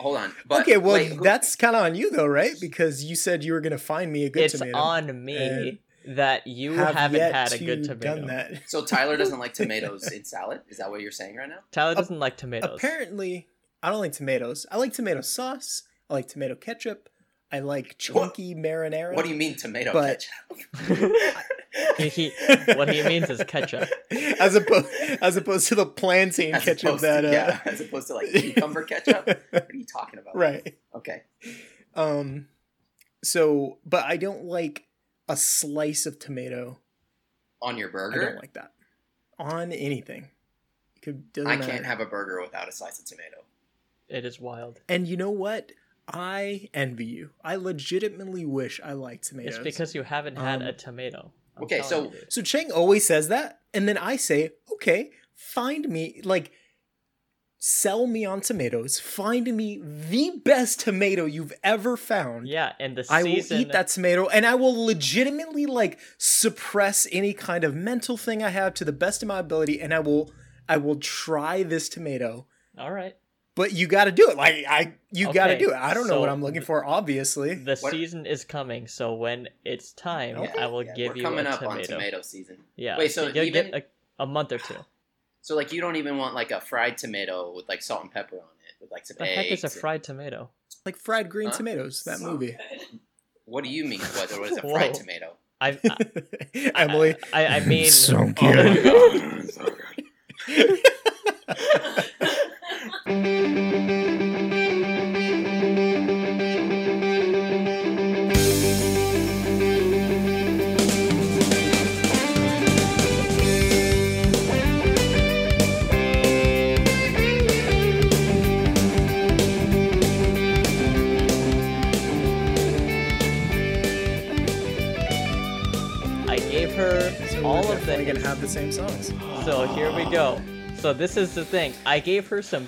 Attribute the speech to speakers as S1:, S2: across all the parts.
S1: hold on. But
S2: okay, well,
S1: wait, who-
S2: that's kind of on you though, right? Because you said you were going to find me a good
S3: it's
S2: tomato.
S3: on me that you
S2: Have
S3: haven't
S2: yet
S3: had a
S2: to
S3: good tomato.
S2: Done that.
S1: so Tyler doesn't like tomatoes in salad. Is that what you're saying right now?
S3: Tyler doesn't like tomatoes.
S2: Apparently, I don't like tomatoes. I like tomato sauce. I like tomato ketchup. I like chunky marinara.
S1: What do you mean tomato
S2: But-
S1: ketchup?
S3: He- he- what he means is ketchup.
S2: as opposed as opposed to the plantain
S1: as
S2: ketchup
S1: opposed
S2: that
S1: to,
S2: uh,
S1: yeah, as opposed to like cucumber ketchup. What are you talking about?
S2: right.
S1: Okay.
S2: Um, so, but I don't like a slice of tomato.
S1: On your
S2: I don't
S1: burger,
S2: like that on anything. It could, doesn't
S1: I
S2: matter.
S1: can't have a burger without a slice of tomato.
S3: It is wild.
S2: And you know what? I envy you. I legitimately wish I liked tomatoes.
S3: It's because you haven't had
S2: Um,
S3: a tomato. I'm
S1: okay,
S3: telling
S1: so-
S3: you, dude.
S2: so Cheng always says that, and then I say, "Okay, find me like." Sell me on tomatoes. Find me the best tomato you've ever found.
S3: yeah, and the
S2: I will
S3: season
S2: eat that tomato and I will legitimately like suppress any kind of mental thing I have to the best of my ability and I will I will try this tomato.
S3: All right. but
S2: But you got to do it. Like I you got to
S3: Okay,
S2: do it. I don't know
S3: so
S2: what I'm looking for obviously.
S3: The
S1: What-
S3: season is coming, so when it's time,
S2: Okay.
S3: I will
S1: Yeah,
S3: give
S1: we're
S3: you
S1: coming
S3: a
S1: up
S3: tomato.
S1: on tomato season.
S3: Yeah.
S1: Wait, so
S3: you'll
S1: even-
S3: get a, a month or two.
S1: So like you don't even want like a fried tomato with like salt and pepper on it with like some
S3: The heck
S1: eggs.
S3: is a
S1: and-
S3: fried tomato?
S2: like fried green
S1: Huh?
S2: tomatoes, that movie.
S1: What do you mean? What, what is a
S3: Whoa.
S1: fried tomato?
S3: I, I
S2: Emily.
S3: I, I mean,
S1: Oh
S3: I gave her all of the.
S2: them going to have the same songs.
S3: So here we go. So this is the thing. I gave her some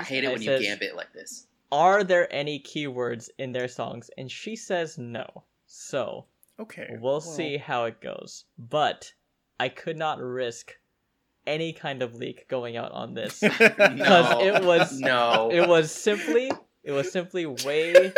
S1: I hate it
S3: I
S1: when you
S3: says,
S1: gambit like this.
S3: Are there any keywords in their songs? And she says no. So
S2: Okay.
S3: we'll
S2: well,
S3: see how it goes. But I could not risk any kind of leak going out on this because
S1: No.
S3: it was
S1: No,
S3: it was simply it was simply way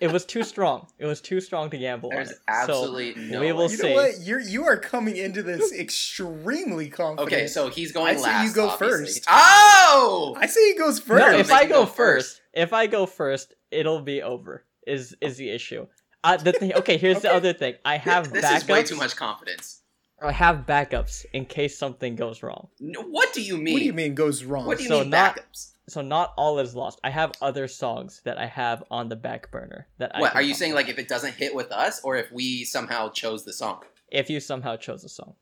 S3: it was too strong. It was too strong to gamble
S1: there's
S3: on it.
S1: absolutely no.
S3: we will
S1: way.
S2: you
S3: see.
S2: know what? You're you are coming into this extremely confident.
S1: Okay, so he's going
S2: I say
S1: last.
S2: you go
S1: obviously.
S2: first.
S1: Oh,
S2: I say he goes
S3: So,
S2: first.
S3: no, if
S1: Make
S3: I
S1: you
S3: go
S1: go
S3: first, if I go first, it'll be over. Is is the issue? Uh, the thing, okay, here's the
S2: Okay.
S3: other thing. I have
S1: this
S3: backups.
S1: is way too much confidence.
S3: I have backups in case something goes wrong.
S1: No, What do you mean?
S2: What do you mean goes wrong?
S1: What do you
S3: So
S1: mean
S3: not-
S1: backups?
S3: So not all is lost. I have other songs that I have on the back burner that I.
S1: What
S3: can
S1: are you
S3: pop.
S1: saying? Like if it doesn't hit with us, or if we somehow chose the song,
S3: If you somehow chose a song,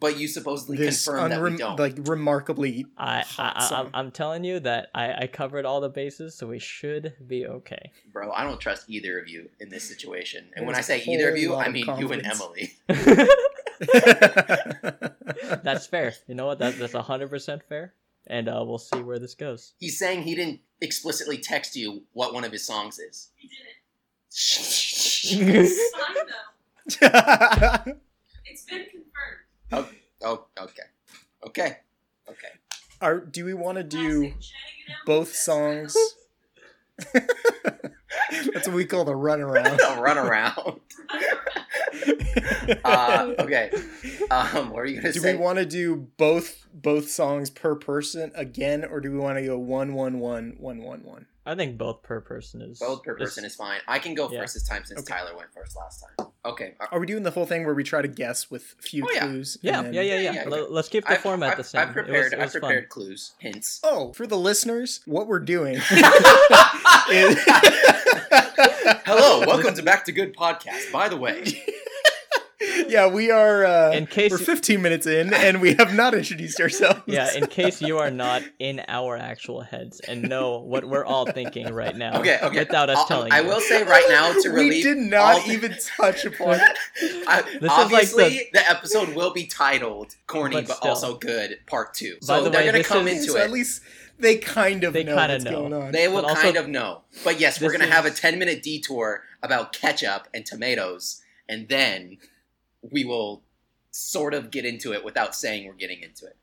S1: but you supposedly
S2: this
S1: confirmed that we
S2: unrem-
S1: don't.
S2: like remarkably
S3: I, I,
S2: Hot
S3: I
S2: song.
S3: I'm telling you that I, I covered all the bases, so we should be okay.
S1: Bro, I don't trust either of you in this situation. And when I
S2: There's
S1: say
S2: a
S1: either of
S2: whole
S1: you,
S2: lot
S1: I
S2: of
S1: mean you and
S2: confidence.
S1: Emily.
S3: That's fair. You know what? That, that's hundred percent fair, and uh, we'll see where this goes.
S1: He's saying he didn't explicitly text you what one of his songs is.
S4: He did it.
S3: That's
S4: It's fine though. It's been confirmed.
S1: Oh, okay. Okay. Okay.
S2: Are, do we want to do
S4: Classic Chang and Emily
S2: both
S4: best
S2: songs?
S4: friends.
S2: That's what we call the runaround.
S1: Don't run around. Uh, okay. Um, what are you going to
S2: do
S1: say?
S2: we want to do both both songs per person again, or do we want to go one one one one one one?
S3: I think both per person is
S1: Both per
S3: is-
S1: person is fine. I can go
S3: Yeah.
S1: first this time since
S2: Okay.
S1: Tyler went first last time. Okay.
S2: Are we doing the whole thing where we try to guess with few
S1: Oh, yeah.
S2: clues? and
S3: Yeah,
S2: then-
S3: yeah, yeah, yeah.
S1: Yeah, yeah,
S3: Let- Let's keep the
S1: I've-
S3: format
S1: I've-
S3: the same.
S1: I've prepared,
S3: It was, it was
S1: I've prepared clues, hints.
S2: Oh, for the listeners, what we're doing is
S1: Hello, welcome to Back to Good Podcast. By the way,
S2: yeah, we are. Uh,
S3: In case
S2: we're
S3: you-
S2: 15 minutes in, and we have not introduced ourselves.
S3: fun. Yeah, in case you are not in our actual heads and know what we're all thinking right now,
S1: Okay, okay.
S3: without us
S1: I'll-
S3: telling
S1: I
S3: you.
S1: will say right now to
S2: we
S1: relieve
S2: did not
S1: all-
S2: even touch upon.
S1: I,
S3: This is like
S1: obviously, the... episode will be titled "Corny
S3: But
S1: but,
S3: still.
S1: Also Good Part 2.
S3: By
S1: So
S3: the
S1: they're
S3: way,
S1: going
S3: this
S1: to come
S3: is-
S1: into
S2: so
S1: it.
S2: at least they kind of
S3: They
S2: know
S3: kinda
S2: what's
S3: know.
S2: going on.
S1: they will
S3: but also-
S1: kind of know. But yes, we're
S3: This
S1: going to have a
S3: is-
S1: ten-minute detour about ketchup and tomatoes, and then we will sort of get into it without saying we're getting into it.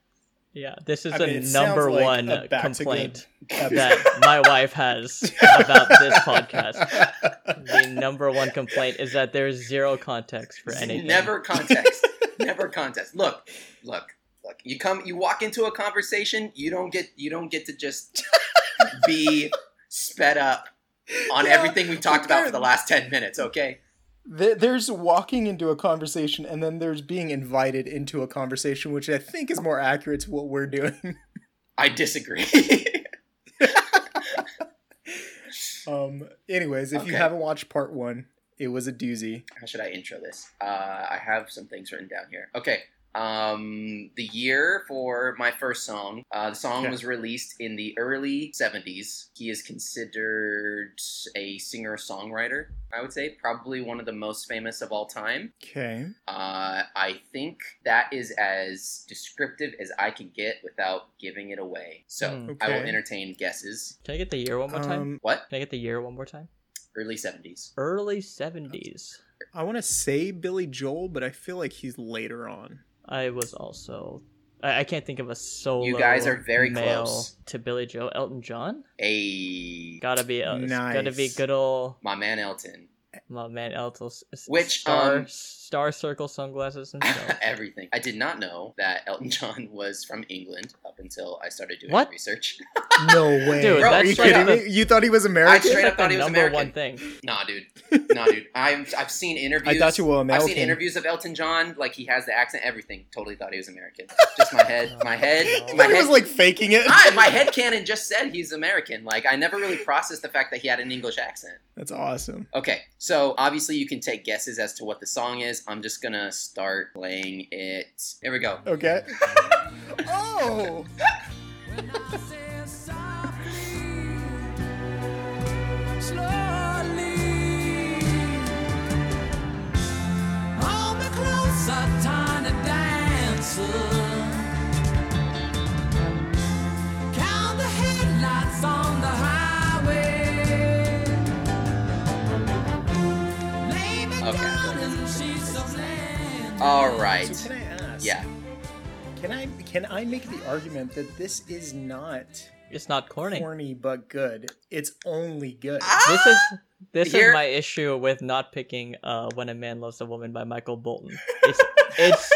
S3: Yeah, this is
S2: I
S3: a
S2: mean, it sounds
S3: number
S2: like
S3: one
S2: a back to good
S3: complaint
S2: episode.
S3: that my wife has about this podcast. The number one complaint is that there's zero context for anything.
S1: Never context. Never context. Look, look, look. You come, you walk into a conversation. You don't get, you don't get to just be sped up on
S2: Yeah,
S1: everything we talked about for
S2: there-
S1: the last ten minutes. Okay.
S2: There- There's walking into a conversation, and then there's being invited into a conversation, which I think is more accurate to what we're doing.
S1: I disagree.
S2: Um, anyways, if
S1: Okay.
S2: you haven't watched part one, it was a doozy.
S1: How should I intro this? Uh, I have some things written down here. Okay. Um, the year for my first song. Uh, the song
S2: Okay.
S1: was released in the early 70s. He is considered a singer songwriter, I would say. Probably one of the most famous of all time.
S2: Okay.
S1: Uh, I think that is as descriptive as I can get without giving it away. So
S3: Hmm.
S1: I will
S2: Okay.
S1: entertain guesses.
S3: Can I get the year one more time?
S2: Um,
S1: What?
S3: Can I get the year one more time?
S1: Early 70s.
S3: Early 70s.
S2: I want to say Billy Joel, but I feel like he's later on.
S3: I was also. I, I can't think of a solo.
S1: You guys are very
S3: male
S1: close.
S3: to Billy Joe Elton John.
S1: A
S3: Gotta be. Uh, it's Gotta be
S2: Nice.
S3: good old
S1: my man Elton.
S3: my man Elton. s- s-
S1: Which,
S3: star
S1: um,
S3: star circle sunglasses himself.
S1: Everything. I did not know that Elton John was from England up until I started doing
S3: What?
S1: research.
S2: No way.
S3: Dude,
S2: Are
S1: that's
S2: you
S1: straight
S2: kidding
S3: up-
S2: me? You thought he was
S1: I
S2: American?
S1: straight
S3: That's
S1: up
S3: like
S1: thought
S3: the
S1: he was
S3: number one
S1: American.
S3: thing.
S1: nah, dude. Nah, dude. I've I've seen
S2: I
S1: interviews.
S2: thought you were
S1: I've
S2: American.
S1: seen interviews of Elton John. Like he has the accent, everything. Totally thought he was American. Just my head. My head.
S3: No.
S2: You
S1: My
S2: thought he
S1: head.
S2: was like faking it.
S1: I, my head canon just said he's American. Like I never really processed the fact that he had an English accent.
S2: That's awesome.
S1: Okay, so obviously you can take guesses as to what the song is. I'm just gonna start playing it. Here we go.
S2: Okay. oh.
S1: All
S2: So
S1: right.
S2: can I ask?
S1: Yeah.
S2: Can I can I make the argument that this is not
S3: It's not corny.
S2: corny but good? It's only good.
S1: Ah!
S3: This is this
S1: Here-
S3: is my issue with not picking uh, "When a Man Loves a Woman" by Michael Bolton. It's it's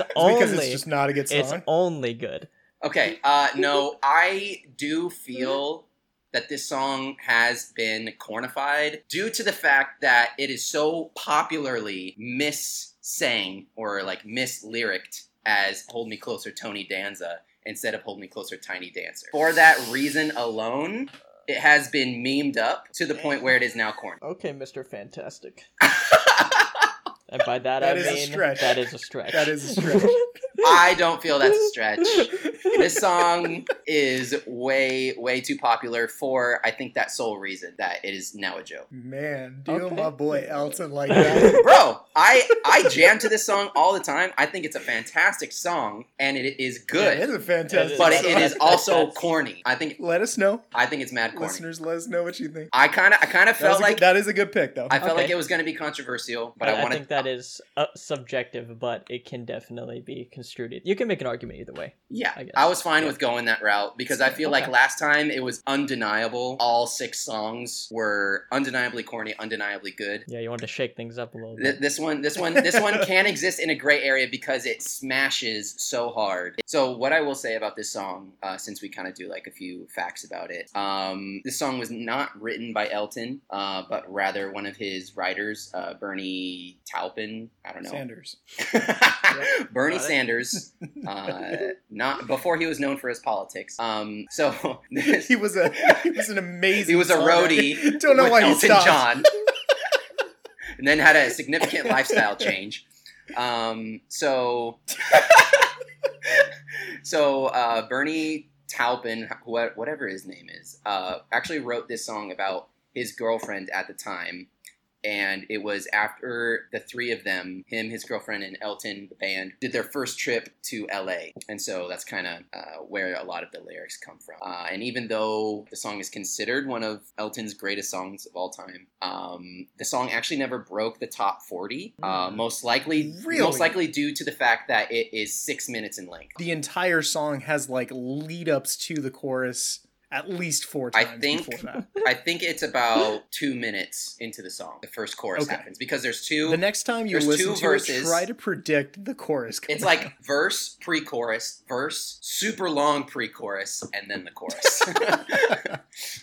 S2: It's
S3: only
S2: because it's just not a good song.
S3: it's only good.
S1: Okay. Uh, no, I do feel that this song has been cornified due to the fact that it is so popularly mis-sang or like mis-lyriced as "Hold Me Closer" Tony Danza instead of "Hold Me Closer" Tiny Dancer. For that reason alone. It has been memed up to the point where it is now corny.
S3: Okay, Mister Fantastic. And by that,
S2: That
S3: I
S2: is a
S3: mean
S2: stretch.
S3: that is a stretch.
S2: That is a stretch.
S1: I don't feel that's a stretch. This song is way, way too popular for, I think, that sole reason that it is now a joke.
S2: Man, do you know
S3: Okay.
S2: my boy Elton like that?
S1: Bro, I I jam to this song all the time. I think it's a fantastic song, and it is
S2: It
S1: good,
S2: is a fantastic.
S1: but
S2: song.
S1: it is also corny. I think
S2: Let us know,
S1: I think it's mad corny.
S2: listeners. Let us know what you think.
S1: I kind of I kind of
S2: That, was
S1: felt
S2: a
S1: like
S2: good, that is a good pick, though.
S1: I felt
S3: Okay.
S1: like it was going to be controversial, but
S3: But I,
S1: I wanted
S3: think that is uh, subjective, but it can definitely be construed. e- You can make an argument either way.
S1: Yeah,
S3: I guess.
S1: I, was fine
S3: Yeah.
S1: with going that route because I feel like
S3: Okay.
S1: last time it was undeniable. All six songs were undeniably corny, undeniably good.
S3: Yeah, you want to shake things up a little
S1: Th-
S3: bit.
S1: This one, this one, this one can exist in a gray area because it smashes so hard. So, what I will say about this song, uh, since we kind of do like a few facts about it, um, this song was not written by Elton, uh, but rather one of his writers, uh, Bernie Taupin. I don't know.
S2: Sanders.
S1: Bernie
S3: Got it.
S1: Sanders, uh, not before he was known for his politics. Um, so this,
S2: He was a he was an amazing.
S1: He was a
S2: songwriter.
S1: roadie
S2: Don't know
S1: with
S2: why he
S1: Elton
S2: stopped.
S1: John, and then had a significant lifestyle change. Um, so, so uh, Bernie Taupin, wh- whatever his name is, uh, actually wrote this song about his girlfriend at the time. and it was after the three of them him his girlfriend and elton the band did their first trip to la and so that's kind of uh, where a lot of the lyrics come from uh, and even though the song is considered one of elton's greatest songs of all time um, the song actually never broke the top 40 uh, most likely
S2: Really?
S1: most likely due to the fact that it is six minutes in length
S2: The entire song has like lead ups to the chorus at least four
S1: I
S2: times
S1: think-
S2: before that.
S1: i think it's about two minutes into the song the first chorus
S2: Okay.
S1: happens because there's two
S2: The next time you
S1: There's
S2: listen
S1: two
S2: to it,
S1: verses.
S2: try to predict the chorus.
S1: It's like verse, pre chorus, verse, super long pre chorus, and then the chorus.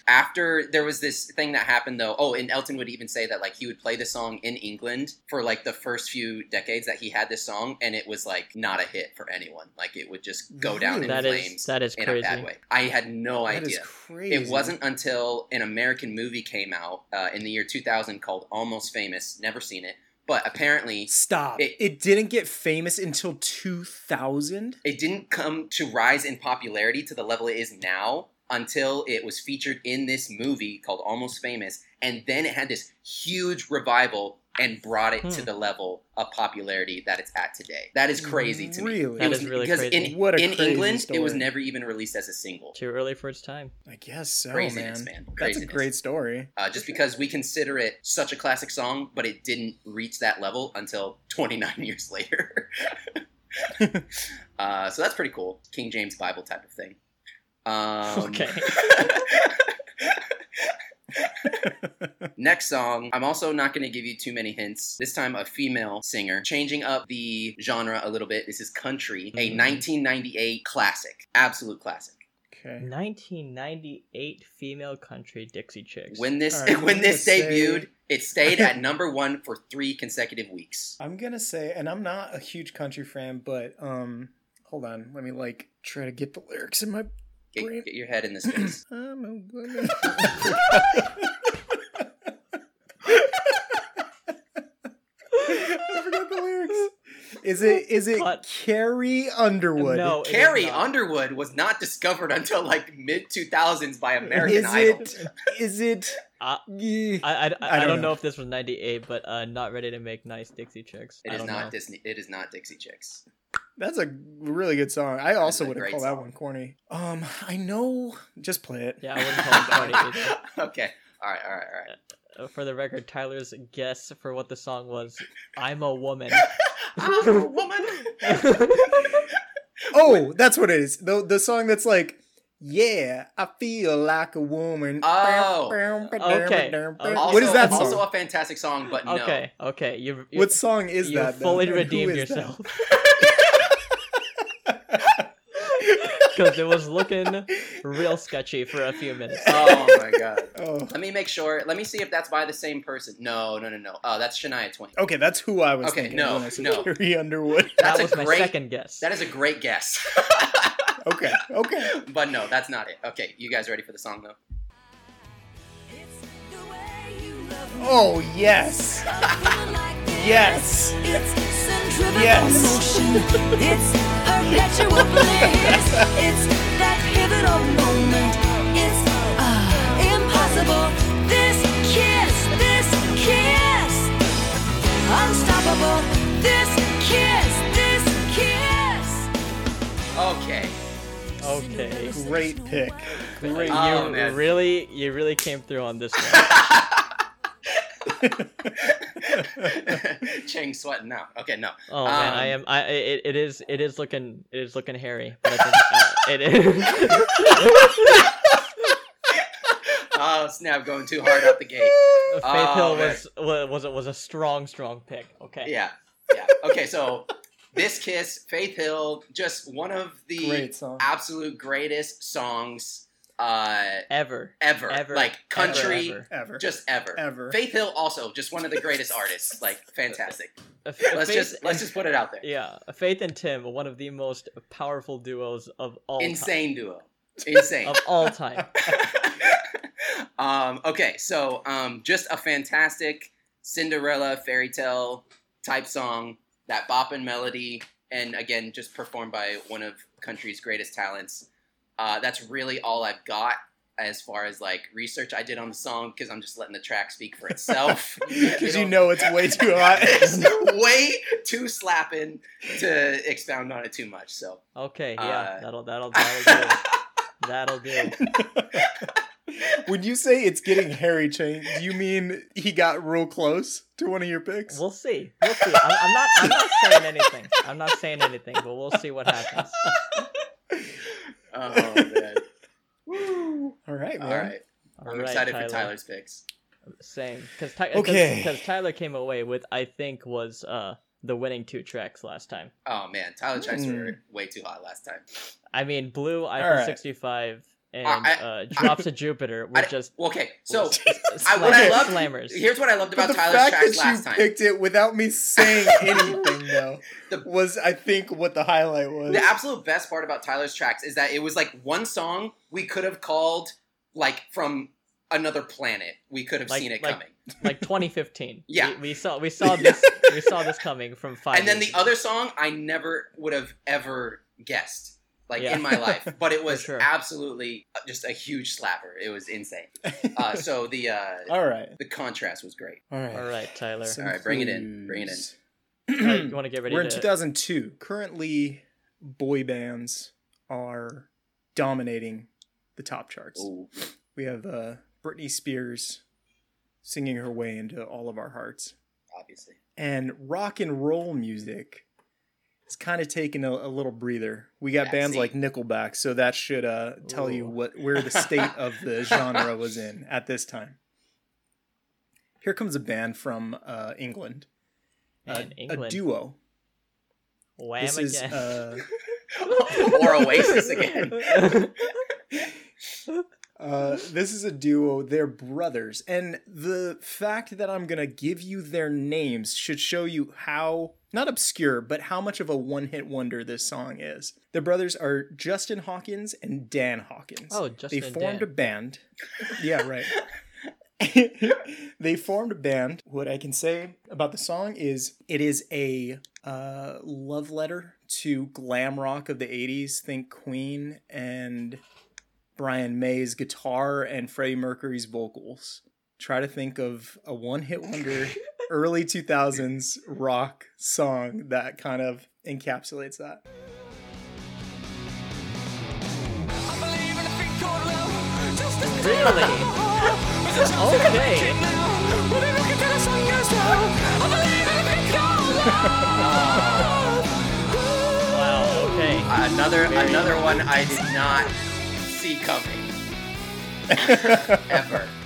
S1: After there was this thing that happened though. Oh, and Elton would even say that like he would play the song in England for like the first few decades that he had this song, and it was like not a hit for anyone. Like it would just go down in
S3: That is
S1: flames
S3: that is
S1: in
S3: crazy.
S1: a bad way. I had no
S2: That is
S1: idea.
S2: crazy.
S1: It wasn't until an American movie came out uh, in the year 2000 called Almost Famous. Never seen it, but apparently
S2: Stop. It,
S1: It-
S2: didn't get famous until 2000.
S1: it didn't come to rise in popularity to the level it is now until it was featured in this movie called Almost Famous, and then it had this huge revival and brought it to
S3: Hmm.
S1: the level of popularity that it's at today. That is crazy to me.
S2: Really?
S1: It
S3: That
S1: was-
S3: is really
S1: because
S3: crazy.
S1: in
S2: What a
S1: in
S2: crazy
S1: England, it was
S2: story.
S1: never even released as a single.
S3: Too early for its time.
S2: I guess so,
S1: Craziness,
S2: man.
S1: man.
S2: That's a
S1: Craziness.
S2: great story.
S1: Uh, just because we consider it such a classic song, but it didn't reach that level until 29 years later. uh, so that's pretty cool. King James Bible type of thing. Um,
S3: Okay.
S1: Next song, I'm also not going to give you too many hints. This time, a female singer, changing up the genre a little bit. This is country, a
S3: Mhm.
S1: 1998 classic, absolute classic.
S2: Okay.
S3: 1998 female country Dixie Chicks.
S1: When this
S2: All right, I'm
S1: when this
S2: gonna say-
S1: debuted, it stayed at number one for three consecutive weeks.
S2: I'm going to say, and I'm not a huge country fan, but um, hold on. Let me like try to get the lyrics in my.
S1: Get,
S2: Brilliant.
S1: get your head in the space.
S2: I'm a woman. I forgot the lyrics. Is it is it
S3: Cut.
S2: Carrie Underwood?
S3: Uh, No, it is
S1: Carrie
S3: not.
S1: Underwood was not discovered until like mid 2000s by American
S2: Is
S1: Idol.
S2: it is it
S3: Uh,
S2: yeah.
S3: I, I, I, don't, know. if this was 98, but uh, not ready to make nice Dixie Chicks.
S1: It
S3: I
S1: is
S3: don't
S1: not
S3: know.
S1: Disney. It is not Dixie Chicks.
S2: That's a really good song. I also
S1: a
S2: would have
S1: great
S2: called that
S1: song.
S2: one corny. Um, I know. Just play it.
S3: Yeah, I wouldn't call it party. either.
S1: okay. All right. All right. All right.
S3: Uh, For the record, Tyler's guess for what the song was, "I'm a woman."
S1: I'm a woman.
S2: Oh, that's what it is. The the song that's like, yeah, I feel like a woman.
S1: Oh.
S3: Okay.
S1: Also,
S2: What is that song?
S1: Also a fantastic song, but no.
S3: okay, okay, you. you
S2: what song is
S3: you
S2: that? then?
S3: fully
S2: And who
S3: redeemed
S2: is that?
S3: yourself because it was looking real sketchy for a few minutes.
S1: Oh my god.
S2: oh.
S1: Let me make sure. Let me see if that's by the same person. No, no, no, no. Oh, that's Shania Twain.
S2: Okay, that's who I was
S1: Okay,
S2: thinking
S1: no,
S2: when I said
S1: no.
S2: Carrie Underwood.
S1: That's a
S3: that was my
S1: great-
S3: second guess.
S1: That is a great guess.
S2: Okay, okay.
S1: but no, that's not it. Okay, you guys ready for the song though?
S5: It's the way you love me.
S2: Oh yes,
S5: I feel like this.
S2: yes.
S5: It's centrifugal
S2: Yes.
S5: motion. It's perpetual bliss. It's that pivotal moment. It's uh, impossible. This kiss, this kiss. Unstoppable. This kiss, this kiss.
S1: Okay.
S3: okay.
S2: Great pick. Great.
S1: Oh,
S3: you
S1: man.
S3: really, you really came through on this one.
S1: Chang sweating now. Okay, no.
S3: Oh man,
S1: Um,
S3: I am. I it, it is it is looking it is looking hairy. But I think, uh, it is.
S1: Oh snap! Going too hard out the gate.
S3: Faith
S1: Oh,
S3: Hill
S1: man.
S3: was was was a, was a strong strong pick. Okay.
S1: Yeah, yeah. Okay, so this kiss, Faith Hill, just one of the
S2: Great song.
S1: absolute greatest songs uh,
S3: Ever.
S1: ever.
S3: Ever.
S1: like country,
S3: Ever,
S2: Ever.
S1: just ever.
S2: Ever.
S1: Faith Hill also just one of the greatest artists. Like fantastic.
S3: ever.
S1: Let's just let's just put it out there.
S3: Yeah, Faith and Tim, one of the most powerful duos of all
S1: Insane duo. Insane.
S3: time. of all time.
S1: um, okay, so um, just a fantastic Cinderella fairy tale type song, that bop and melody, and again, just performed by one of country's greatest talents. Uh, that's really all I've got as far as like research I did on the song because I'm just letting the track speak for itself.
S2: Because you know it's way too hot.
S1: It's way too slapping to expound on it too much. So
S3: Okay,
S1: Uh,
S3: yeah, that'll that'll that'll do. it. That'll do. it.
S2: when you say it's getting Harry chain, do you mean he got real close to one of your picks?
S3: We'll see. We'll see. I'm, I'm not. I'm not saying anything. I'm not saying anything. But we'll see what happens.
S1: oh man.
S2: Woo. All right, man.
S1: All right.
S3: All
S1: I'm
S3: right,
S1: excited
S3: Tyler.
S1: for Tyler's picks.
S3: Same, because Ty-
S2: Okay.
S3: because Tyler came away with I think was uh the winning two tracks last time.
S1: Oh man, Tyler tracks
S2: Hmm.
S1: were way too hot last time.
S3: I mean, blue iPhone
S2: right.
S3: 65 and
S1: I-
S3: uh, drops of Jupiter were
S1: I-
S3: just
S1: Well, okay, so I,
S3: slam-
S1: what I loved,
S3: slammers.
S1: here's what I loved
S2: But
S1: about
S2: the
S1: Tyler's
S2: fact that
S1: tracks
S2: you
S1: last time.
S2: picked it without me saying anything though
S1: The-
S2: was, I think, what the highlight was.
S1: The absolute best part about Tyler's tracks is that it was like one song we could have called like from another planet. We could have
S3: Like-
S1: seen it
S3: like-
S1: coming.
S3: like 2015.
S1: Yeah.
S3: we, we saw we saw this we saw this coming from five.
S1: And then the
S3: years ago.
S1: other song I never would have ever guessed like
S3: Yeah.
S1: in my life, but it was
S3: sure.
S1: absolutely uh, just a huge slapper. It was insane. Uh, so the uh,
S2: all right,
S1: the contrast was great.
S2: all right,
S3: All right, Tyler.
S2: Some
S1: All right, bring it in. Bring it in.
S2: clues.
S3: All right, you want to get ready?
S2: We're in
S3: to,
S2: 2002. Currently, boy bands are dominating the top charts.
S1: Ooh.
S2: We have uh, Britney Spears singing her way into all of our hearts.
S1: obviously.
S2: And rock and roll music is kind of taking a, a little breather. We got
S1: Yeah,
S2: bands
S1: see.
S2: like Nickelback, so that should uh, tell you
S3: Ooh.
S2: what where the state of the genre was in at this time. Here comes a band from uh, England, Uh,
S3: in England.
S2: a duo.
S3: Wham
S2: This is
S3: again.
S2: uh,
S1: or Oasis again.
S2: Uh, this is a duo. They're brothers, and the fact that I'm gonna give you their names should show you how not obscure, but how much of a one-hit wonder this song is. The brothers are Justin Hawkins and Dan Hawkins.
S3: Oh, Justin
S2: they
S3: and
S2: formed
S3: Dan.
S2: a band. Yeah, right. they formed a band. What I can say about the song is it is a uh, love letter to glam rock of the 80s. Think Queen and Brian May's guitar and Freddie Mercury's vocals. Try to think of a one hit wonder early 2000s rock song that kind of encapsulates that.
S5: I believe in a thing called love. Just a thing
S3: Really?
S5: There's a chance that I
S3: Okay.
S5: make it now. We'll be rocking till the sun goes down. I believe in a thing called love.
S3: Wow. Okay.
S1: Another
S3: Very-
S1: another one I did not see coming ever.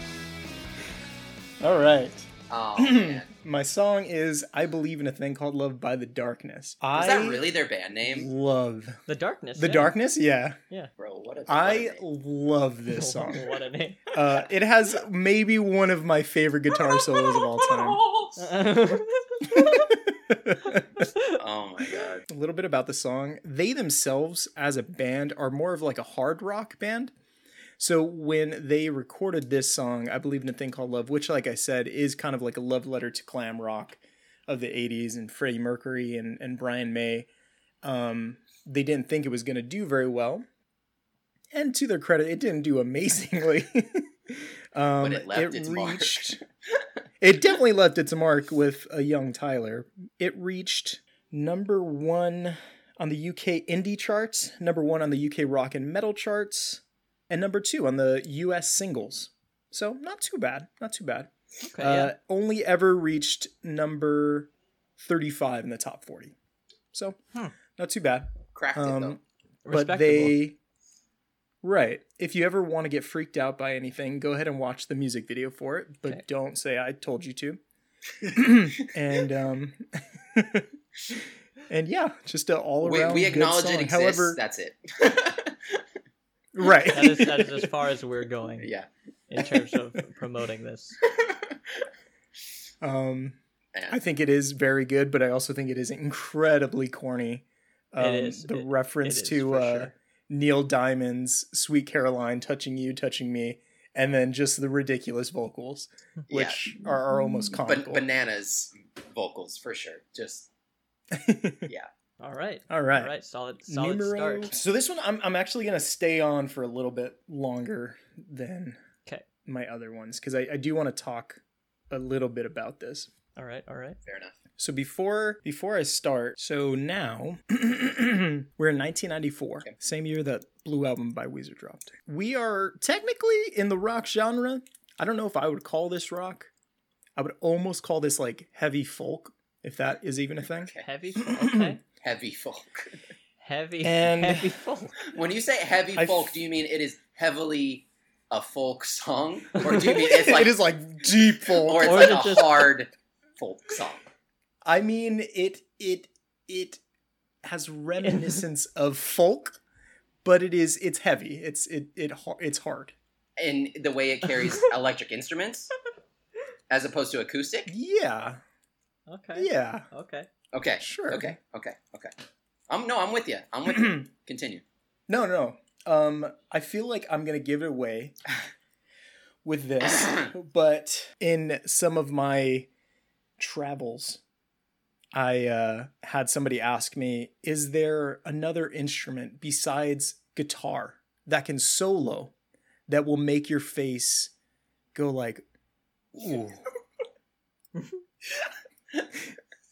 S2: All right.
S1: Oh man.
S2: My song is I Believe in a Thing Called Love by the Darkness. I
S1: Is that really their band name?
S2: love
S3: The darkness. eh?
S2: The
S3: yeah.
S2: Darkness, yeah.
S1: Bro, what a what a
S2: I
S1: name.
S2: love this song.
S3: what a name.
S2: Uh, it has maybe one of my favorite guitar solos of all time.
S1: Oh my god.
S2: a little bit about the song. They themselves, as a band, are more of like a hard rock band. So when they recorded this song, I believe in a thing called love, which, like I said, is kind of like a love letter to glam rock of the '80s and Freddie Mercury and and Brian May. Um, they didn't think it was going to do very well, and to their credit, it didn't do amazingly. um,
S1: But it left its mark.
S2: it definitely left its mark with a young Tyler. It reached number one on the UK indie charts, number one on the UK rock and metal charts, and number two on the US singles. So not too bad, not too bad.
S3: Okay,
S2: Uh, only ever reached number thirty-five in the top forty. So
S3: Hmm.
S2: not too bad.
S1: Cracked it though.
S2: Um,
S3: yeah.
S2: but they right if you ever want to get freaked out by anything go ahead and watch the music video for it but
S3: Okay.
S2: don't say i told you to and um and yeah just a all
S1: We,
S2: around
S1: we acknowledge
S2: good
S1: it
S2: song.
S1: exists.
S2: however
S1: That's it.
S2: right
S3: that is that is as far as we're going
S1: yeah.
S3: in terms of promoting this.
S2: um
S1: Man.
S2: i think it is very good but i also think it is incredibly corny um,
S3: is.
S2: the
S3: It- it
S2: reference
S3: It is,
S2: to
S3: for
S2: uh
S3: sure.
S2: Neil Diamond's "Sweet Caroline," "Touching You," "Touching Me," and then just the ridiculous vocals, which are, are almost
S1: Ban-
S2: comical.
S1: bananas vocals for sure. Just
S3: All right.
S2: All
S3: All
S2: right.
S3: right. Solid. Solid
S2: Numero-
S3: start.
S2: So this one, I'm, I'm actually going to stay on for a little bit longer than
S3: 'Kay.
S2: my other ones because I, I do want to talk a little bit about this.
S3: All right. All right.
S1: Fair enough.
S2: So before before I start, so now we're in 1994,
S1: Okay.
S2: same year that Blue Album by Weezer dropped. We are technically in the rock genre. I don't know if I would call this rock. I would almost call this like heavy folk, if that is even a thing.
S3: Heavy. Folk. Okay.
S1: Heavy folk.
S3: Heavy.
S2: And-
S3: Heavy folk.
S1: When you say heavy
S2: I
S1: folk,
S2: f-
S1: do you mean it is heavily a folk song, or do you mean it's like,
S2: it is like deep folk.
S1: or it's
S3: or
S1: like
S3: is
S1: a
S3: it just-
S1: hard folk song?
S2: I mean, it it it has reminiscence of folk, but it is it's heavy. It's it it har- it's hard.
S1: In the way it carries electric instruments, as opposed to acoustic.
S2: Yeah,
S3: Okay.
S2: yeah,
S3: Okay.
S1: Okay.
S2: sure.
S1: Okay. Okay. Okay. I'm no. I'm with you. I'm with you. Continue.
S2: No, no. Um, I feel like I'm gonna give it away with this, but in some of my travels, I uh, had somebody ask me, "Is there another instrument besides guitar that can solo that will make your face go like, ooh?"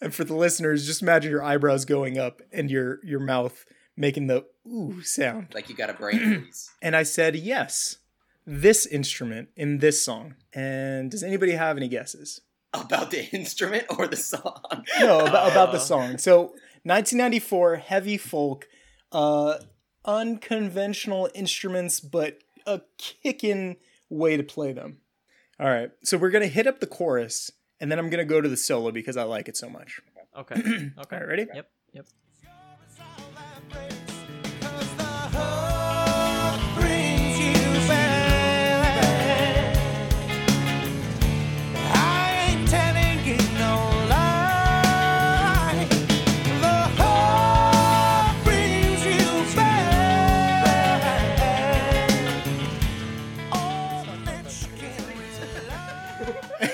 S2: and for the listeners, just imagine your eyebrows going up and your your mouth making the ooh sound.
S1: Like you got a brain freeze.
S2: And I said, yes, this instrument in this song. And does anybody have any guesses?
S1: about the instrument or the song.
S2: No, about, about the
S3: Uh.
S2: song. So 1994, heavy folk, uh, unconventional instruments, but a kickin' way to play them. All right. So we're going to hit up the chorus and then I'm going to go to the solo because I like it so much.
S3: Okay. Okay.
S2: All right, ready?
S3: Yep. Yep.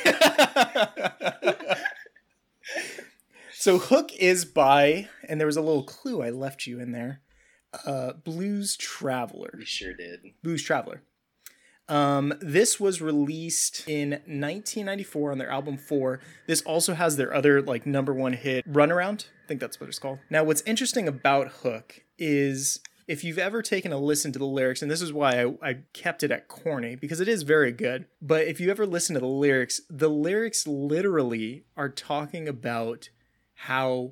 S2: so Hook is by, and there was a little clue I left you in there. Uh, Blues Traveler.
S1: We sure did.
S2: Blues Traveler. Um, this was released in 1994 on their album Four. This also has their other like number one hit, Runaround. I think that's what it's called. Now, what's interesting about Hook is if you've ever taken a listen to the lyrics, and this is why I, I kept it at corny because it is very good. But if you ever listen to the lyrics, the lyrics literally are talking about how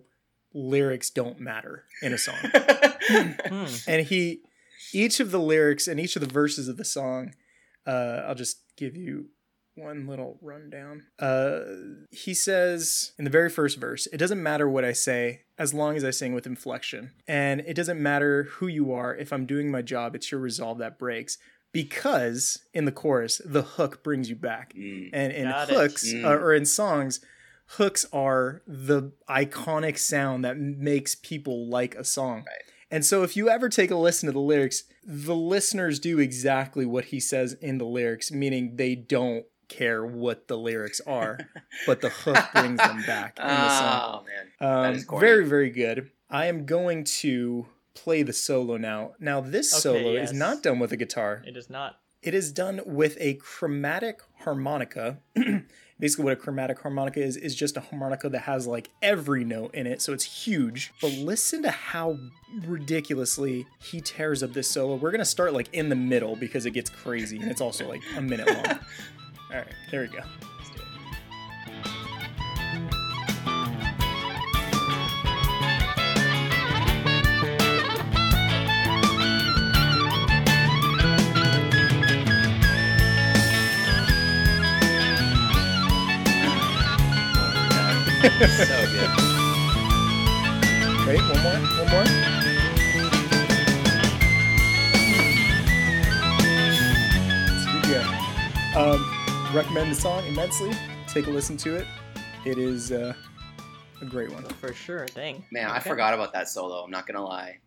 S2: lyrics don't matter in a song
S3: Hmm.
S2: and he each of the lyrics and each of the verses of the song uh, i'll just give you one little rundown uh, he says in the very first verse it doesn't matter what i say as long as i sing with inflection and it doesn't matter who you are if i'm doing my job it's your resolve that breaks because in the chorus the hook brings you back
S1: Mm.
S2: and in
S3: Got it.
S2: hooks
S1: Mm.
S2: uh, or in songs hooks are the iconic sound that makes people like a song
S1: Right.
S2: and so if you ever take a listen to the lyrics the listeners do exactly what he says in the lyrics meaning they don't care what the lyrics are but the hook brings them back in the song
S1: Oh man.
S2: um,
S1: is corny.
S2: very very good i am going to play the solo now now this
S3: Okay,
S2: solo
S3: yes.
S2: is not done with a guitar
S3: It is not.
S2: it is done with a chromatic harmonica. Basically, what a chromatic harmonica is, is just a harmonica that has like every note in it, so it's huge. But listen to how ridiculously he tears up this solo. We're gonna start like in the middle because it gets crazy and it's also like a minute long. All right, there we go.
S1: Oh, so good.
S2: Ready? One more, one more. It's good. Um, recommend the song immensely. Take a listen to it. It is uh, a great one.
S3: For sure. Dang.
S1: Man, I
S3: Okay.
S1: forgot about that solo. I'm not gonna lie.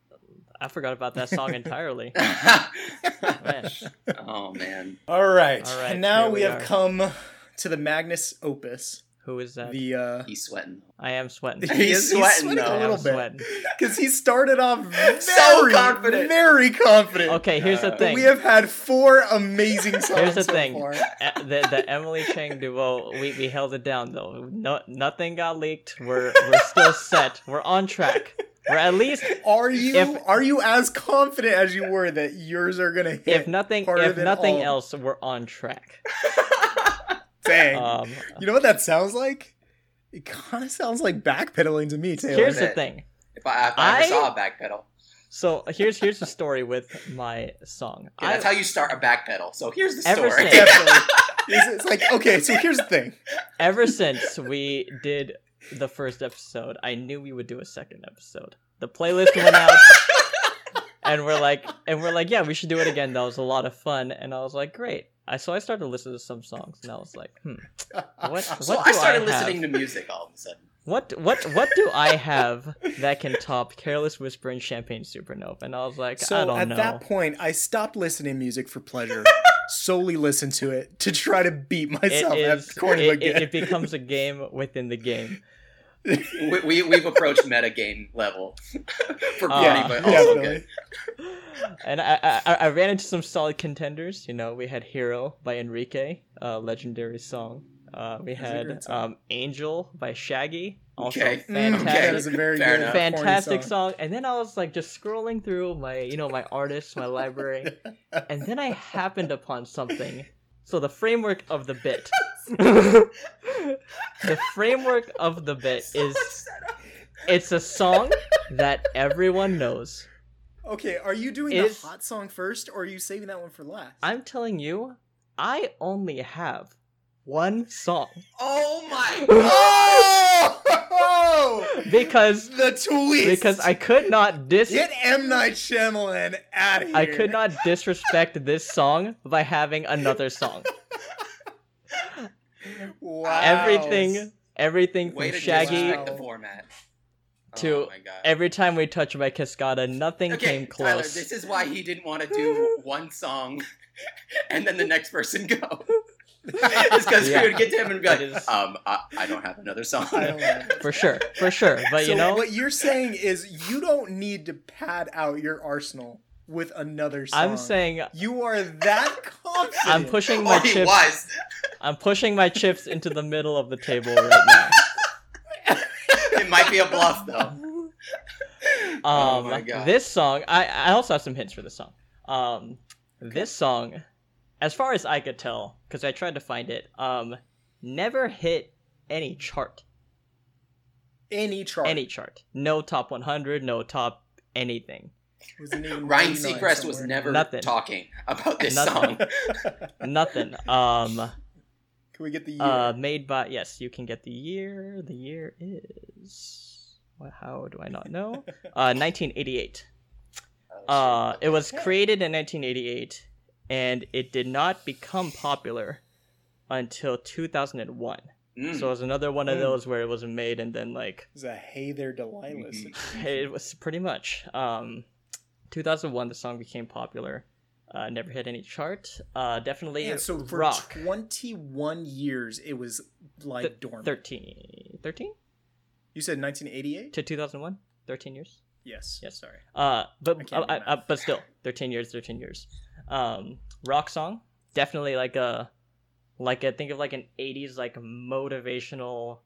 S3: I forgot about that song entirely. Man.
S1: oh man.
S2: All right.
S3: All right,
S2: and now
S3: here
S2: we
S3: we
S2: have
S3: are.
S2: come to the Magnus Opus.
S3: Who is that?
S2: the uh
S1: He's sweating.
S3: I am sweating.
S1: He's sweating, though.
S2: a
S3: I am
S2: little bit
S3: sweating.
S2: because he started off very,
S1: So confident.
S2: very confident.
S3: Okay, here's the
S1: Uh,
S3: thing.
S2: We have had four amazing songs.
S3: Here's the
S2: so
S3: thing.
S2: far.
S3: E- the, the Emily Chang duo, we, we held it down though. No, nothing got leaked. We're we're still set. We're on track. We're at least
S2: Are you
S3: If-
S2: are you as confident as you were that yours are gonna hit?
S3: if nothing
S2: harder
S3: if
S2: than
S3: nothing
S2: all.
S3: else, we're on track.
S2: Dang.
S3: Um,
S2: you know what that sounds like? It kind of sounds like backpedaling to me, Taylor.
S3: here's the
S1: that.
S3: thing.
S1: If I, if I, ever
S3: I-
S1: saw a backpedal,
S3: So here's here's the story with my song.
S1: yeah, that's how you start a backpedal. So here's the
S3: Ever
S1: story.
S3: since-
S2: Definitely. It's, it's like okay, so here's the thing.
S3: Ever since we did the first episode, I knew we would do a second episode. The playlist went out. And we're like, and we're like, yeah, we should do it again. That was a lot of fun, and I was like, great. I so I started listening to some songs, and I was like, hmm, what?
S1: so
S3: what
S1: I
S3: do
S1: started
S3: have?
S1: listening to music all of a sudden.
S3: What what what do I have that can top "Careless Whisper" and "Champagne Supernova"? And I was like, I
S2: So
S3: don't
S2: at
S3: know.
S2: that point, I stopped listening to music for pleasure. solely listen to it to try to beat myself
S3: it,
S2: at
S3: is,
S2: corny
S3: it,
S2: again.
S3: it, it becomes a game within the game.
S1: We, we we've approached meta game level for Oh,
S3: Uh,
S1: Brody, but also good.
S3: And I, I I- I ran into some solid contenders. You know, we had "Hero" by Enrique, a legendary song. Uh, we
S2: That's a
S3: had
S2: great song.
S3: um, "Angel" by Shaggy, also
S1: Okay.
S2: Mm, okay,
S3: fantastic.
S2: that is a very
S1: Fair
S2: good,
S1: enough.
S2: corny
S3: fantastic song. And then I was like just scrolling through my, you know, my artists, my library, and then I happened upon something. So the framework of the bit. the framework of the bit is it's a song that everyone knows.
S2: Okay, are you doing
S3: Is-
S2: the hot song first, or are you saving that one for last?
S3: I'm telling you, I only have one song
S1: Oh my
S2: Oh!
S3: because
S2: the twist.
S3: because I could not dis
S2: get M Night Shyamalan out of here.
S3: I could not disrespect this song by having another song.
S2: Wow.
S3: everything everything
S1: way
S3: from
S1: to
S3: Shaggy
S1: disrespect the format.
S3: to
S1: oh my god.
S3: every time we touch by Cascada, nothing
S1: okay,
S3: came close.
S1: Tyler, this is why he didn't want to do one song and then the next person go. it's because
S3: Yeah.
S1: we would get to him and be like,
S3: It is-
S1: um, I, I don't have another song.
S2: I don't know.
S3: For sure, for sure. But
S2: so
S3: you know,
S2: what you're saying is you don't need to pad out your arsenal with another song.
S3: I'm saying
S2: you are that confident.
S3: I'm pushing
S1: Oh,
S3: my
S1: he
S3: chips.
S1: was.
S3: I'm pushing my chips into the middle of the table right now.
S1: It might be a bluff though.
S3: Um,
S1: Oh my God.
S3: This song, I, I also have some hints for this song. Um, This song, as far as I could tell, because I tried to find it, um, never hit any chart.
S2: any chart.
S3: Any chart. No top 100, no top anything.
S2: Wasn't even
S1: Ryan
S2: recognized
S1: Seacrest was
S2: somewhere.
S1: never
S3: Nothing.
S1: talking about this
S3: Nothing.
S1: song.
S3: Nothing. Um,
S2: Can we get the year?
S3: uh, made by, yes, you can get the year. The year is. well, How do I not know? Uh, 1988.
S2: Oh,
S3: Uh, it was created in 1988, and it did not become popular until 2001.
S1: Mm.
S3: So it was another one of
S2: Mm.
S3: those where it wasn't made, and then like
S2: It's a hey there, Delilah.
S1: Mhm.
S2: situation.
S3: it was pretty much. Um, 2001, the song became popular. Uh, never hit any chart. Uh, definitely
S2: Man, so for
S3: rock.
S2: 21 years, it was like
S3: Th-
S2: dormant.
S3: 13, 13
S2: You said 1988?
S3: to 2001, 13 years.
S2: Yes.
S3: Yes.
S2: Sorry.
S3: Uh,
S2: I
S3: but
S2: can't do
S3: uh,
S2: math.
S3: uh, but still, thirteen years, thirteen years. Um, rock song, definitely like a, like a think of like an '80s like motivational,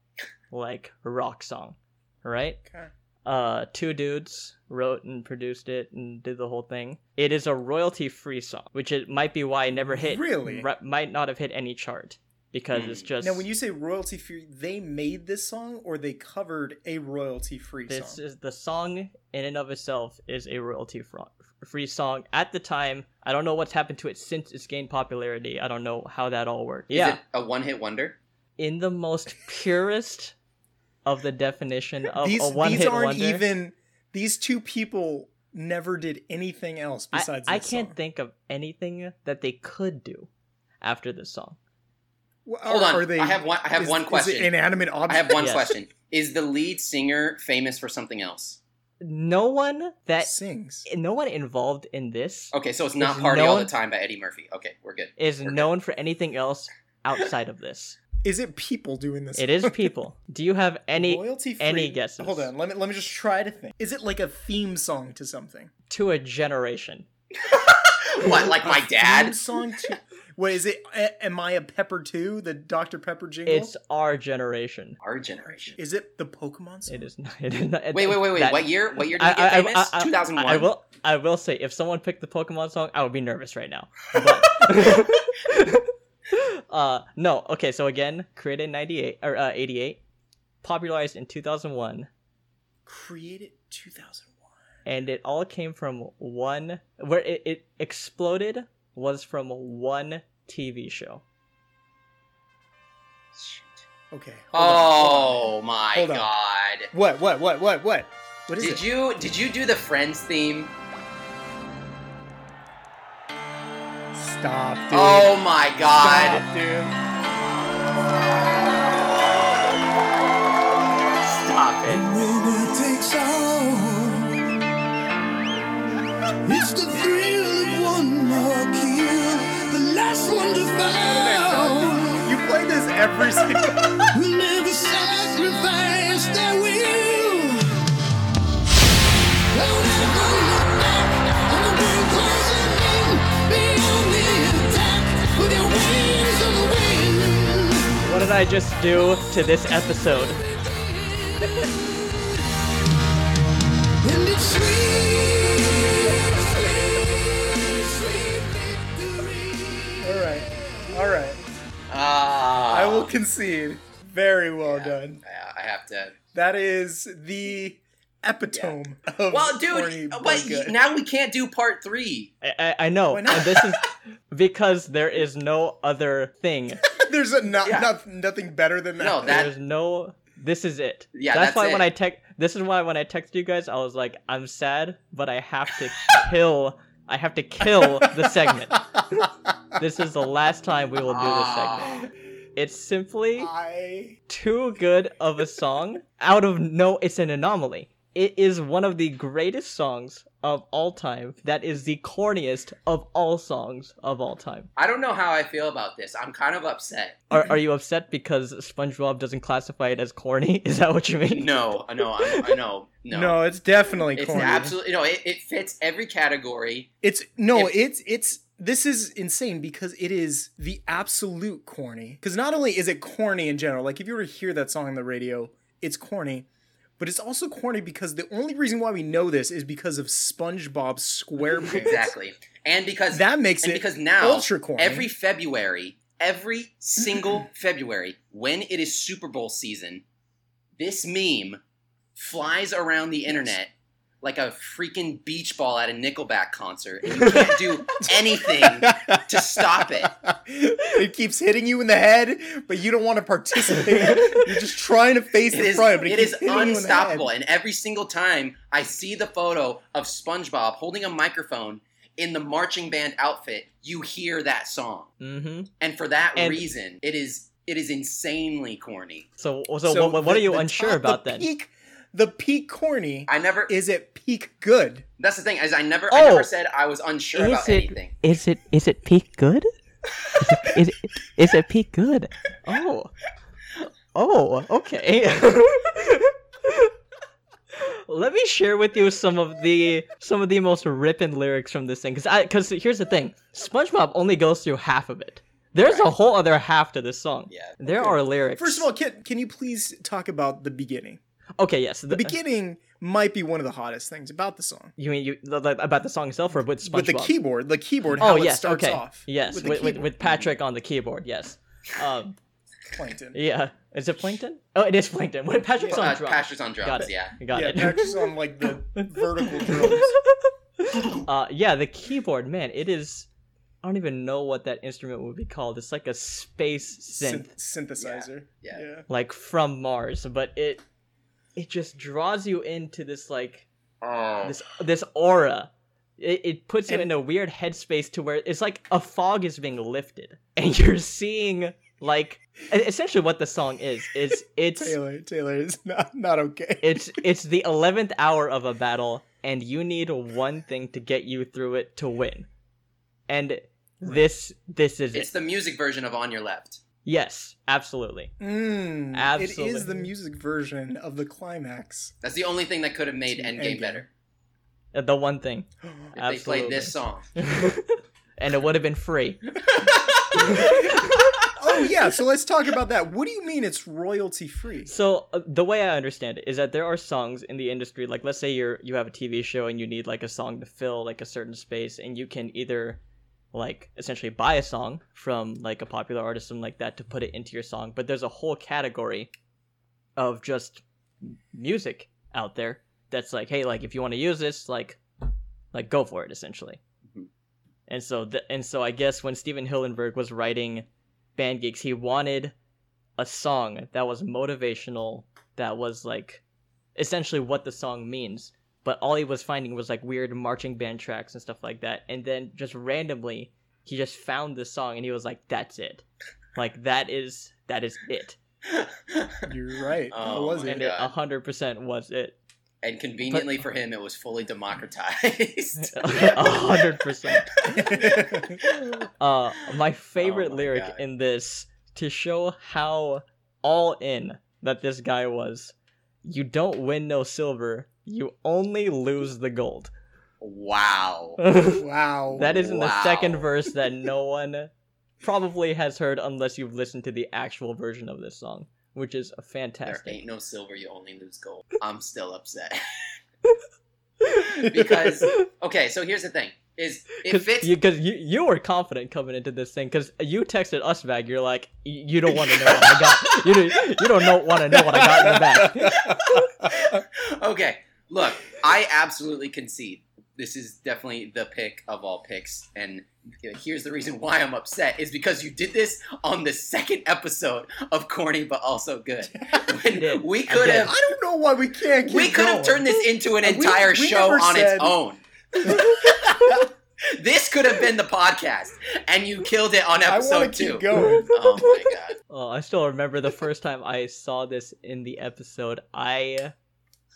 S3: like rock song, right?
S2: Okay.
S3: Uh, two dudes wrote and produced it and did the whole thing. It is a royalty-free song, which it might be why it never hit.
S2: Really?
S3: ri- might not have hit any chart because
S1: Hmm.
S3: it's just
S2: Now, when you say royalty free, they made this song or they covered a royalty free
S3: this
S2: song?
S3: is the song in and of itself is a royalty fro- free song at the time i don't know what's happened to it since it's gained popularity i don't know how that all worked
S1: Is
S3: yeah
S1: it a one-hit wonder?
S3: in the most purest of the definition of
S2: these
S3: a one
S2: these
S3: hit
S2: aren't
S3: wonder
S2: even. These two people never did anything else
S3: I-
S2: besides
S3: I,
S2: this
S3: can't
S2: song.
S3: think of anything that they could do after this song
S2: Well,
S1: Hold
S2: are-
S1: on,
S2: are they-
S1: I have one. I have
S2: is-
S1: one question.
S2: Is it inanimate
S1: I
S2: object?
S1: have one
S3: Yes.
S1: question. Is the lead singer famous for something else?
S3: no one that
S2: sings.
S3: no one involved in this
S1: Okay, so it's not
S3: Is
S1: "Party
S3: no
S1: All the
S3: one-
S1: Time" by Eddie Murphy. Okay, we're good.
S3: is
S1: We're good.
S3: known for anything else outside of this
S2: Is it people doing this?
S3: It is people. Do you have any
S2: Royalty
S3: any guesses?
S2: Hold on, let me let me just try to think. Is it like a theme song to something?
S3: to a generation?
S1: What, like my
S2: A Theme
S1: dad?
S2: song to What is it? A- Am I a Pepper too? The Dr Pepper jingle.
S3: It's our generation.
S1: Our generation.
S2: Is it the Pokemon song?
S3: It is not. It is not it-
S1: Wait, wait, wait, wait.
S3: that-
S1: what year? What year did
S3: I,
S1: it get
S3: I,
S1: famous?
S3: I, I, I,
S1: 2001.
S3: I will. I will say, if someone picked the Pokemon song, I would be nervous right now. But, uh, no. Okay. So again, created in '98 or uh, '88, popularized in 2001,
S2: Created 2001.
S3: and it all came from one. Where it, it exploded was from one TV show.
S2: Okay. hold on, hold on.
S1: Oh my
S2: Hold on.
S1: god.
S2: What? What? What? What? What? What is
S1: Did
S2: it?
S1: you did you do the Friends theme?
S2: Stop, dude.
S1: Oh my god.
S2: Stop, dude.
S1: Stop it.
S5: Winner takes all. It's the thrill of one more kill, the last one to fall.
S2: You play this every single.
S5: Who never sacrificed their will. Don't ever look back on the world closing in beyond the attack with your wings on the wind.
S3: What did I just do to this episode?
S5: And it's sweet, sweet, sweet victory.
S2: All right. All right.
S1: Ah.
S2: I will concede. Very well done.
S1: Yeah, I have to.
S2: That is the epitome of
S1: Well,
S2: corny
S1: dude,
S2: but
S1: but
S2: good.
S1: now we can't do part three.
S3: I, I, I know.
S2: Why not?
S3: and this is because there is no other thing.
S2: There's a not,
S1: Yeah.
S2: not nothing better than that.
S1: No, that-
S3: There's no. This is it.
S1: Yeah,
S3: that's,
S1: that's
S3: why when
S1: it.
S3: I text. This is why when I texted you guys, I was like, I'm sad, but I have to kill. I have to kill the segment. this is the last time we will do this segment.
S1: Ah.
S3: It's simply
S2: I
S3: too good of a song. Out of no, it's an anomaly. It is one of the greatest songs of all time. That is the corniest of all songs of all time.
S1: I don't know how I feel about this. I'm kind of upset.
S3: Are, are you upset because SpongeBob doesn't classify it as corny? Is that what you mean?
S1: No, no, I'm, I know, no.
S2: no. it's definitely
S1: it's
S2: corny.
S1: absolutely no. It, it fits every category.
S2: It's no,
S1: If-
S2: it's it's this is insane because it is the absolute corny. Because not only is it corny in general, like if you were to hear that song on the radio, it's corny, but it's also corny because the only reason why we know this is because of SpongeBob SquarePants.
S1: Exactly, and because
S2: That makes
S1: and
S2: it
S1: because now
S2: ultra corny.
S1: every February, every single February, when it is Super Bowl season, this meme flies around the internet like a freaking beach ball at a Nickelback concert, and you can't do anything to stop it.
S2: it keeps hitting you in the head, but you don't want to participate. You're just trying to face
S1: It
S2: the
S1: is,
S2: front, but it,
S1: it
S2: keeps
S1: is
S2: hitting you in the head.
S1: unstoppable. And every single time I see the photo of SpongeBob holding a microphone in the marching band outfit, you hear that song.
S3: Mm-hmm.
S1: And for that
S3: And-
S1: reason, it is it is insanely corny.
S3: So, so, what, what
S2: the-
S3: are you
S2: the
S3: unsure
S2: top-
S3: about
S2: the
S3: then?
S2: Peak, the peak corny
S1: I never
S2: is at peak good.
S1: that's the thing, is I never I never
S3: Oh.
S1: said I was unsure
S3: Is
S1: about
S3: it-
S1: anything.
S3: Is it is it peak good? is, it, is it peak good? Oh, oh, okay. Let me share with you some of the some of the most ripping lyrics from this thing, because I because here's the thing, SpongeBob only goes through half of it. There's a whole other half to this song.
S1: Yeah.
S3: There are lyrics.
S2: First of all, can, can you please talk about the beginning?
S3: okay, yes,
S2: The beginning might be one of the hottest things about the song.
S3: You mean you the- the- about the song itself or with SpongeBob?
S2: With the keyboard, the keyboard,
S3: Oh
S2: how
S3: yes,
S2: it starts
S3: okay.
S2: off.
S3: Yes,
S2: with,
S3: with,
S2: the
S3: with, with,
S2: keyboard.
S3: Patrick on the keyboard. Yes. Um,
S2: Plankton.
S3: yeah. Is it Plankton? Oh, it is Plankton. When Patrick's
S1: Uh,
S3: on drums.
S1: Pastures on drums,
S3: Got it.
S1: yeah.
S3: Got
S2: yeah,
S3: it.
S2: Patrick's on like the vertical drums.
S3: uh, yeah, the keyboard, man. It is. I don't even know what that instrument would be called. It's like a space synth,
S2: Synth- synthesizer.
S1: Yeah, yeah.
S3: like from Mars, but it it just draws you into this like
S1: Oh.
S3: this this aura. It, it puts you
S2: And-
S3: in a weird headspace to where it's like a fog is being lifted, and you're seeing like e- essentially what the song is is it's
S2: Taylor, Taylor is not, not okay.
S3: it's it's the eleventh hour of a battle, and you need one thing to get you through it to win, and this this is
S1: It's
S3: it.
S1: the music version of On Your Left.
S3: Yes, absolutely.
S2: Mm, It is the
S3: Absolutely.
S2: music version of the climax.
S1: That's the only thing that could have made Endgame
S2: Endgame.
S1: better.
S3: Uh, The one thing.
S1: If they played this song.
S3: and it would have been free.
S2: Oh yeah, so let's talk about that. What do you mean it's royalty free?
S3: So uh, the way I understand it is that there are songs in the industry. Like, let's say you're you have a TV show and you need like a song to fill like a certain space, and you can either like essentially buy a song from like a popular artist and like that to put it into your song. But there's a whole category of just m- music out there that's like, hey, like if you want to use this, like, like go for it, essentially.
S1: Mhm.
S3: And so, th- and so, I guess when Steven Hillenberg was writing Band Geeks, he wanted a song that was motivational that was like essentially what the song means but all he was finding was like weird marching band tracks and stuff like that and then just randomly he just found this song and he was like that's it like that is that is it
S2: You're right.
S1: Oh,
S2: that was
S1: my
S2: it.
S3: and it
S1: God.
S3: 100% was it
S1: and conveniently for him, it was fully democratized.
S3: Oh, 100% uh my favorite
S1: Oh my
S3: lyric
S1: God.
S3: in this to show how all in that this guy was you don't win no silver you only lose the gold
S1: wow.
S2: wow.
S3: that is in the second
S1: Wow.
S3: verse that no one probably has heard unless you've listened to the actual version of this song which is
S1: There
S3: fantastic
S1: ain't no silver, you only lose gold. I'm still upset. because okay, so here's the thing. Is it
S3: because
S1: fits
S3: you, 'cause you you were confident coming into this thing because you texted us back you're like "Y- you don't want to know what I got you don't, you don't know, want to know what I got in the back
S1: okay, look, I absolutely concede. This is definitely the pick of all picks, and here's the reason why I'm upset is because you did this on the second episode of Corny but Also Good.
S3: I did.
S1: When we
S3: I
S1: could
S3: did.
S1: have
S2: I don't know why we can't. Keep
S1: we could have
S2: going.
S1: turned this into an
S2: And we-
S1: entire
S2: we
S1: show
S2: never
S1: on
S2: said-
S1: its own. this could have been the podcast, and you killed it on
S2: I
S1: episode
S2: want to
S1: two.
S2: keep going.
S1: Oh my god!
S3: Oh, I still remember the first time I saw this in the episode. I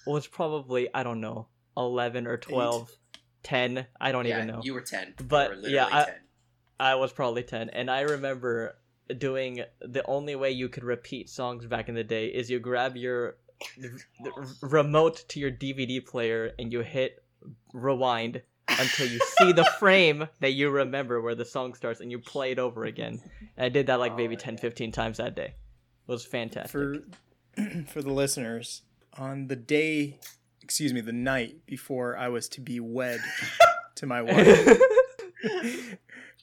S3: was probably, I don't know, 11 or 12, 10. I don't
S1: yeah,
S3: even know.
S1: you were ten, You
S3: But,
S1: were literally
S3: yeah, I-
S1: 10.
S3: I was probably 10. And I remember doing the only way you could repeat songs back in the day is you grab your the remote to your DVD player and you hit rewind until you see the frame that you remember where the song starts and you play it over again. And I did that like
S1: Oh
S3: maybe
S1: my
S3: 10, 15 times that day. It was fantastic.
S2: for for the listeners on the day, excuse me, the night before I was to be wed to my wife.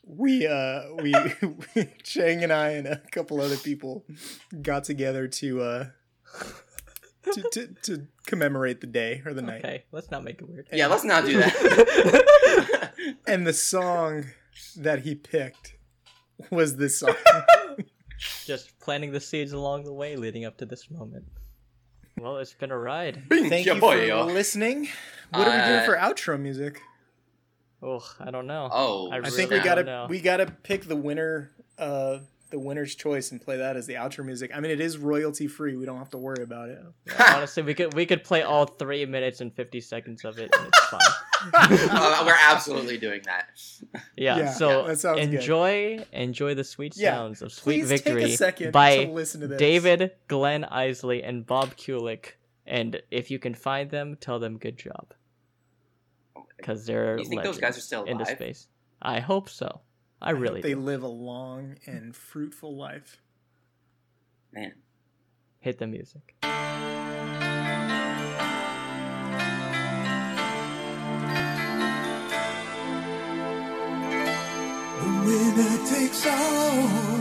S2: we uh we Chang and I and a couple other people got together to uh to, to, to commemorate the day or the night.
S3: okay, let's not make it weird.
S1: yeah, let's not do that.
S2: And the song that he picked was this song.
S3: Just planting the seeds along the way leading up to this moment. Well, it's been a ride.
S2: Thank you for listening. What are we doing
S1: Uh,
S2: for outro music?
S3: Oh, I don't know.
S1: Oh,
S3: I
S2: I
S3: really
S2: think we
S3: don't
S2: gotta
S3: know.
S2: we gotta pick the winner uh the winner's choice and play that as the outro music. I mean it is royalty free, we don't have to worry about it.
S3: Honestly, we could we could play all three minutes and fifty seconds of it, and it's fine.
S1: Oh, we're absolutely doing that.
S3: Yeah.
S2: Yeah,
S3: so
S2: that sounds good.
S3: enjoy enjoy the sweet
S2: Yeah,
S3: sounds of Sweet
S2: Please
S3: Victory
S2: take a second to
S3: by
S2: listen to this.
S3: David, Glenn Isley, and Bob Kulick. And if you can find them, tell them good job. Because they're
S1: You think those guys are still
S3: legends
S1: alive?
S3: in the space. I hope so. I
S2: I hope
S3: really
S2: they
S3: do.
S2: live a long and fruitful life.
S1: Man,
S3: hit the music.
S5: The winner takes all.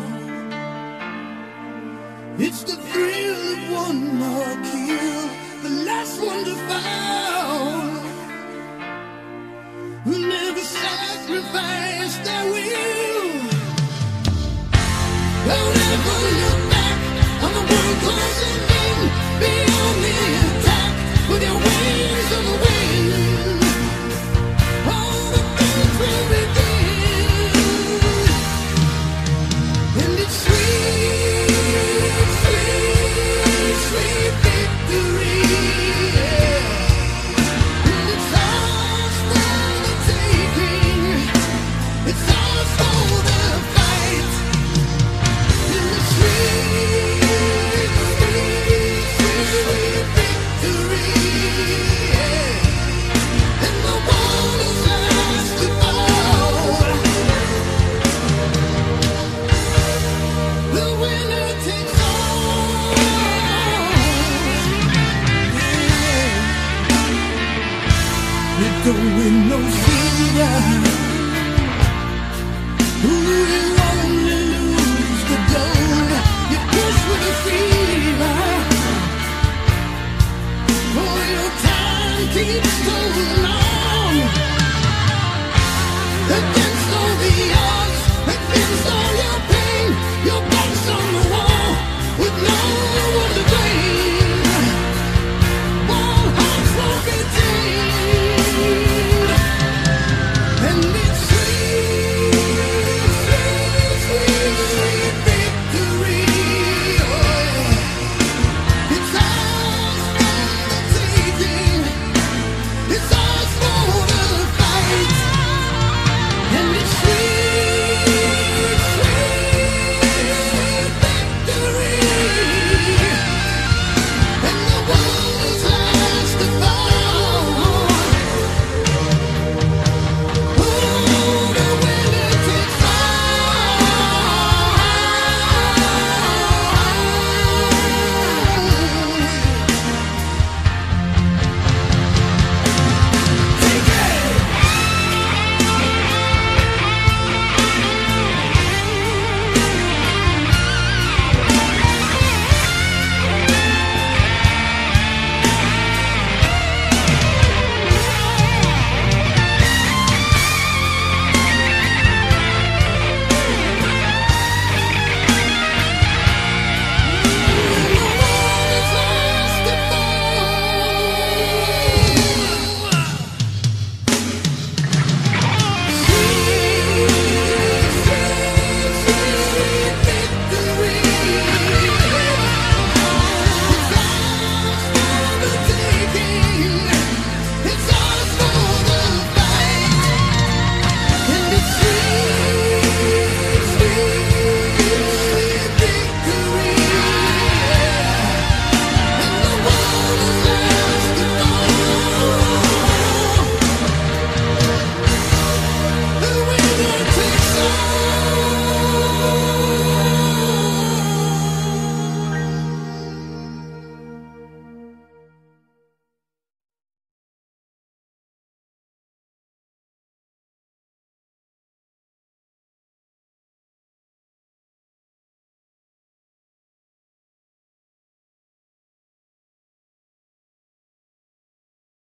S5: It's the thrill of one more kill, the last one to fall. Who never sacrificed their will. Don't ever look back on the world closing in. Be on the attack with your wings of the wind. All the things we begin. And it's sweet, sweet, sweet victory. And it's ours for the taking. It's ours for the fight. And it's Though with no fear